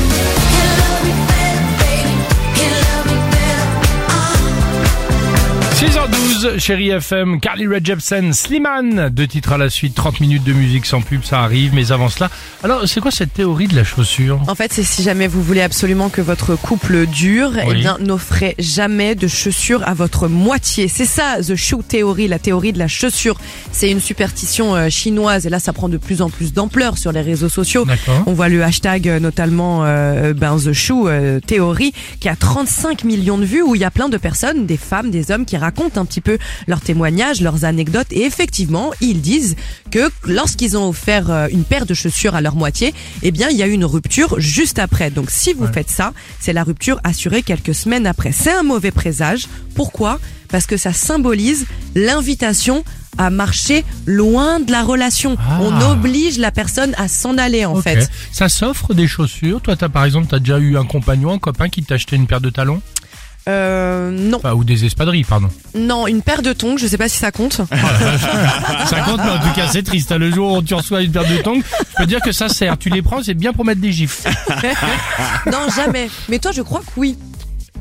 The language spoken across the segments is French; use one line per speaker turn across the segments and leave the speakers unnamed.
Six heures 12 chérie FM, Carly Red Jepsen, Slimane, deux titres à la suite, 30 minutes de musique sans pub, ça arrive, mais avant cela. Alors, c'est quoi cette théorie de la chaussure
En fait, c'est si jamais vous voulez absolument que votre couple dure, eh
Oui.
bien, n'offrez jamais de chaussures à votre moitié. C'est ça, The Shoe Theory, la théorie de la chaussure. C'est une superstition euh, chinoise et là, ça prend de plus en plus d'ampleur sur les réseaux sociaux.
D'accord.
On voit le hashtag euh, notamment euh, ben, The Shoe euh, Theory qui a 35 millions de vues où il y a plein de personnes, des femmes, des hommes qui racontent un petit peu leurs témoignages, leurs anecdotes et effectivement ils disent que lorsqu'ils ont offert euh, une paire de chaussures à leur moitié, eh bien il y a eu une rupture juste après. Donc si vous faites ça, c'est la rupture assurée quelques semaines après. C'est un mauvais présage. Pourquoi Parce que ça symbolise l'invitation à marcher loin de la relation.
Ah.
On oblige la personne à s'en aller en
Ok.
fait.
Ça s'offre des chaussures. Toi, t'as par exemple, t'as déjà eu un compagnon, un copain qui t'a acheté une paire de talons
Euh, non,
Enfin, ou des espadrilles, pardon.
non, une paire de tongs, je sais pas si ça compte.
Ça compte, mais en tout cas, c'est triste. hein. Le jour où tu reçois une paire de tongs, je peux dire que ça sert. Tu les prends, c'est bien pour mettre des gifles.
non, jamais. Mais toi, je crois que oui.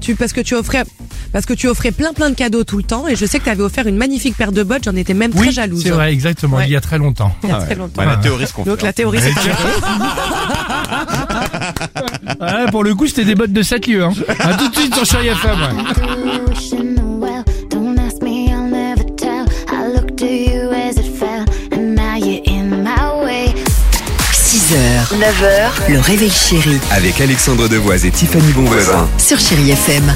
Tu, parce que tu offrais, parce que tu offrais plein plein de cadeaux tout le temps, et je sais que tu avais offert une magnifique paire de bottes. J'en étais même très
Oui,
jalouse.
c'est vrai, exactement.
Ouais.
Il y a très longtemps.
Il y a très longtemps.
Ouais, la théorie se confirme.
Donc la théorie, c'est pas vrai.
Ah, pour le coup, c'était des bottes de 7 lieux. Hein. À tout de suite sur Chérie FM. ouais.
well. Don't ask me, I'll never tell. I looked to you as it fell, and now you're in my way.
6h, 9h, le réveil chéri
Avec Alexandre Devoise et Tiffany Bonvoisin.
sur Chéri FM.